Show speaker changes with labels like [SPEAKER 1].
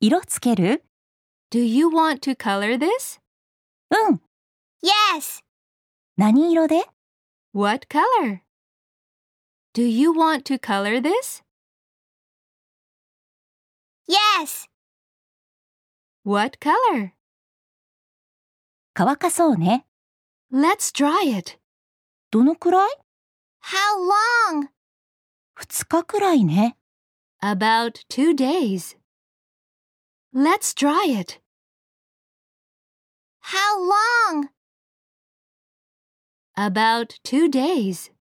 [SPEAKER 1] 色つける
[SPEAKER 2] Do you want to color this?
[SPEAKER 1] うん。
[SPEAKER 3] Yes.
[SPEAKER 1] 何色で
[SPEAKER 2] What color? Do you want to color this?
[SPEAKER 3] Yes.
[SPEAKER 2] What color?
[SPEAKER 1] 乾かそうね。
[SPEAKER 2] Let's dry it.
[SPEAKER 1] どのくらい
[SPEAKER 3] How long?
[SPEAKER 1] 二日くらいね。
[SPEAKER 2] About two days. Let's dry it.
[SPEAKER 3] How long?
[SPEAKER 2] About two days.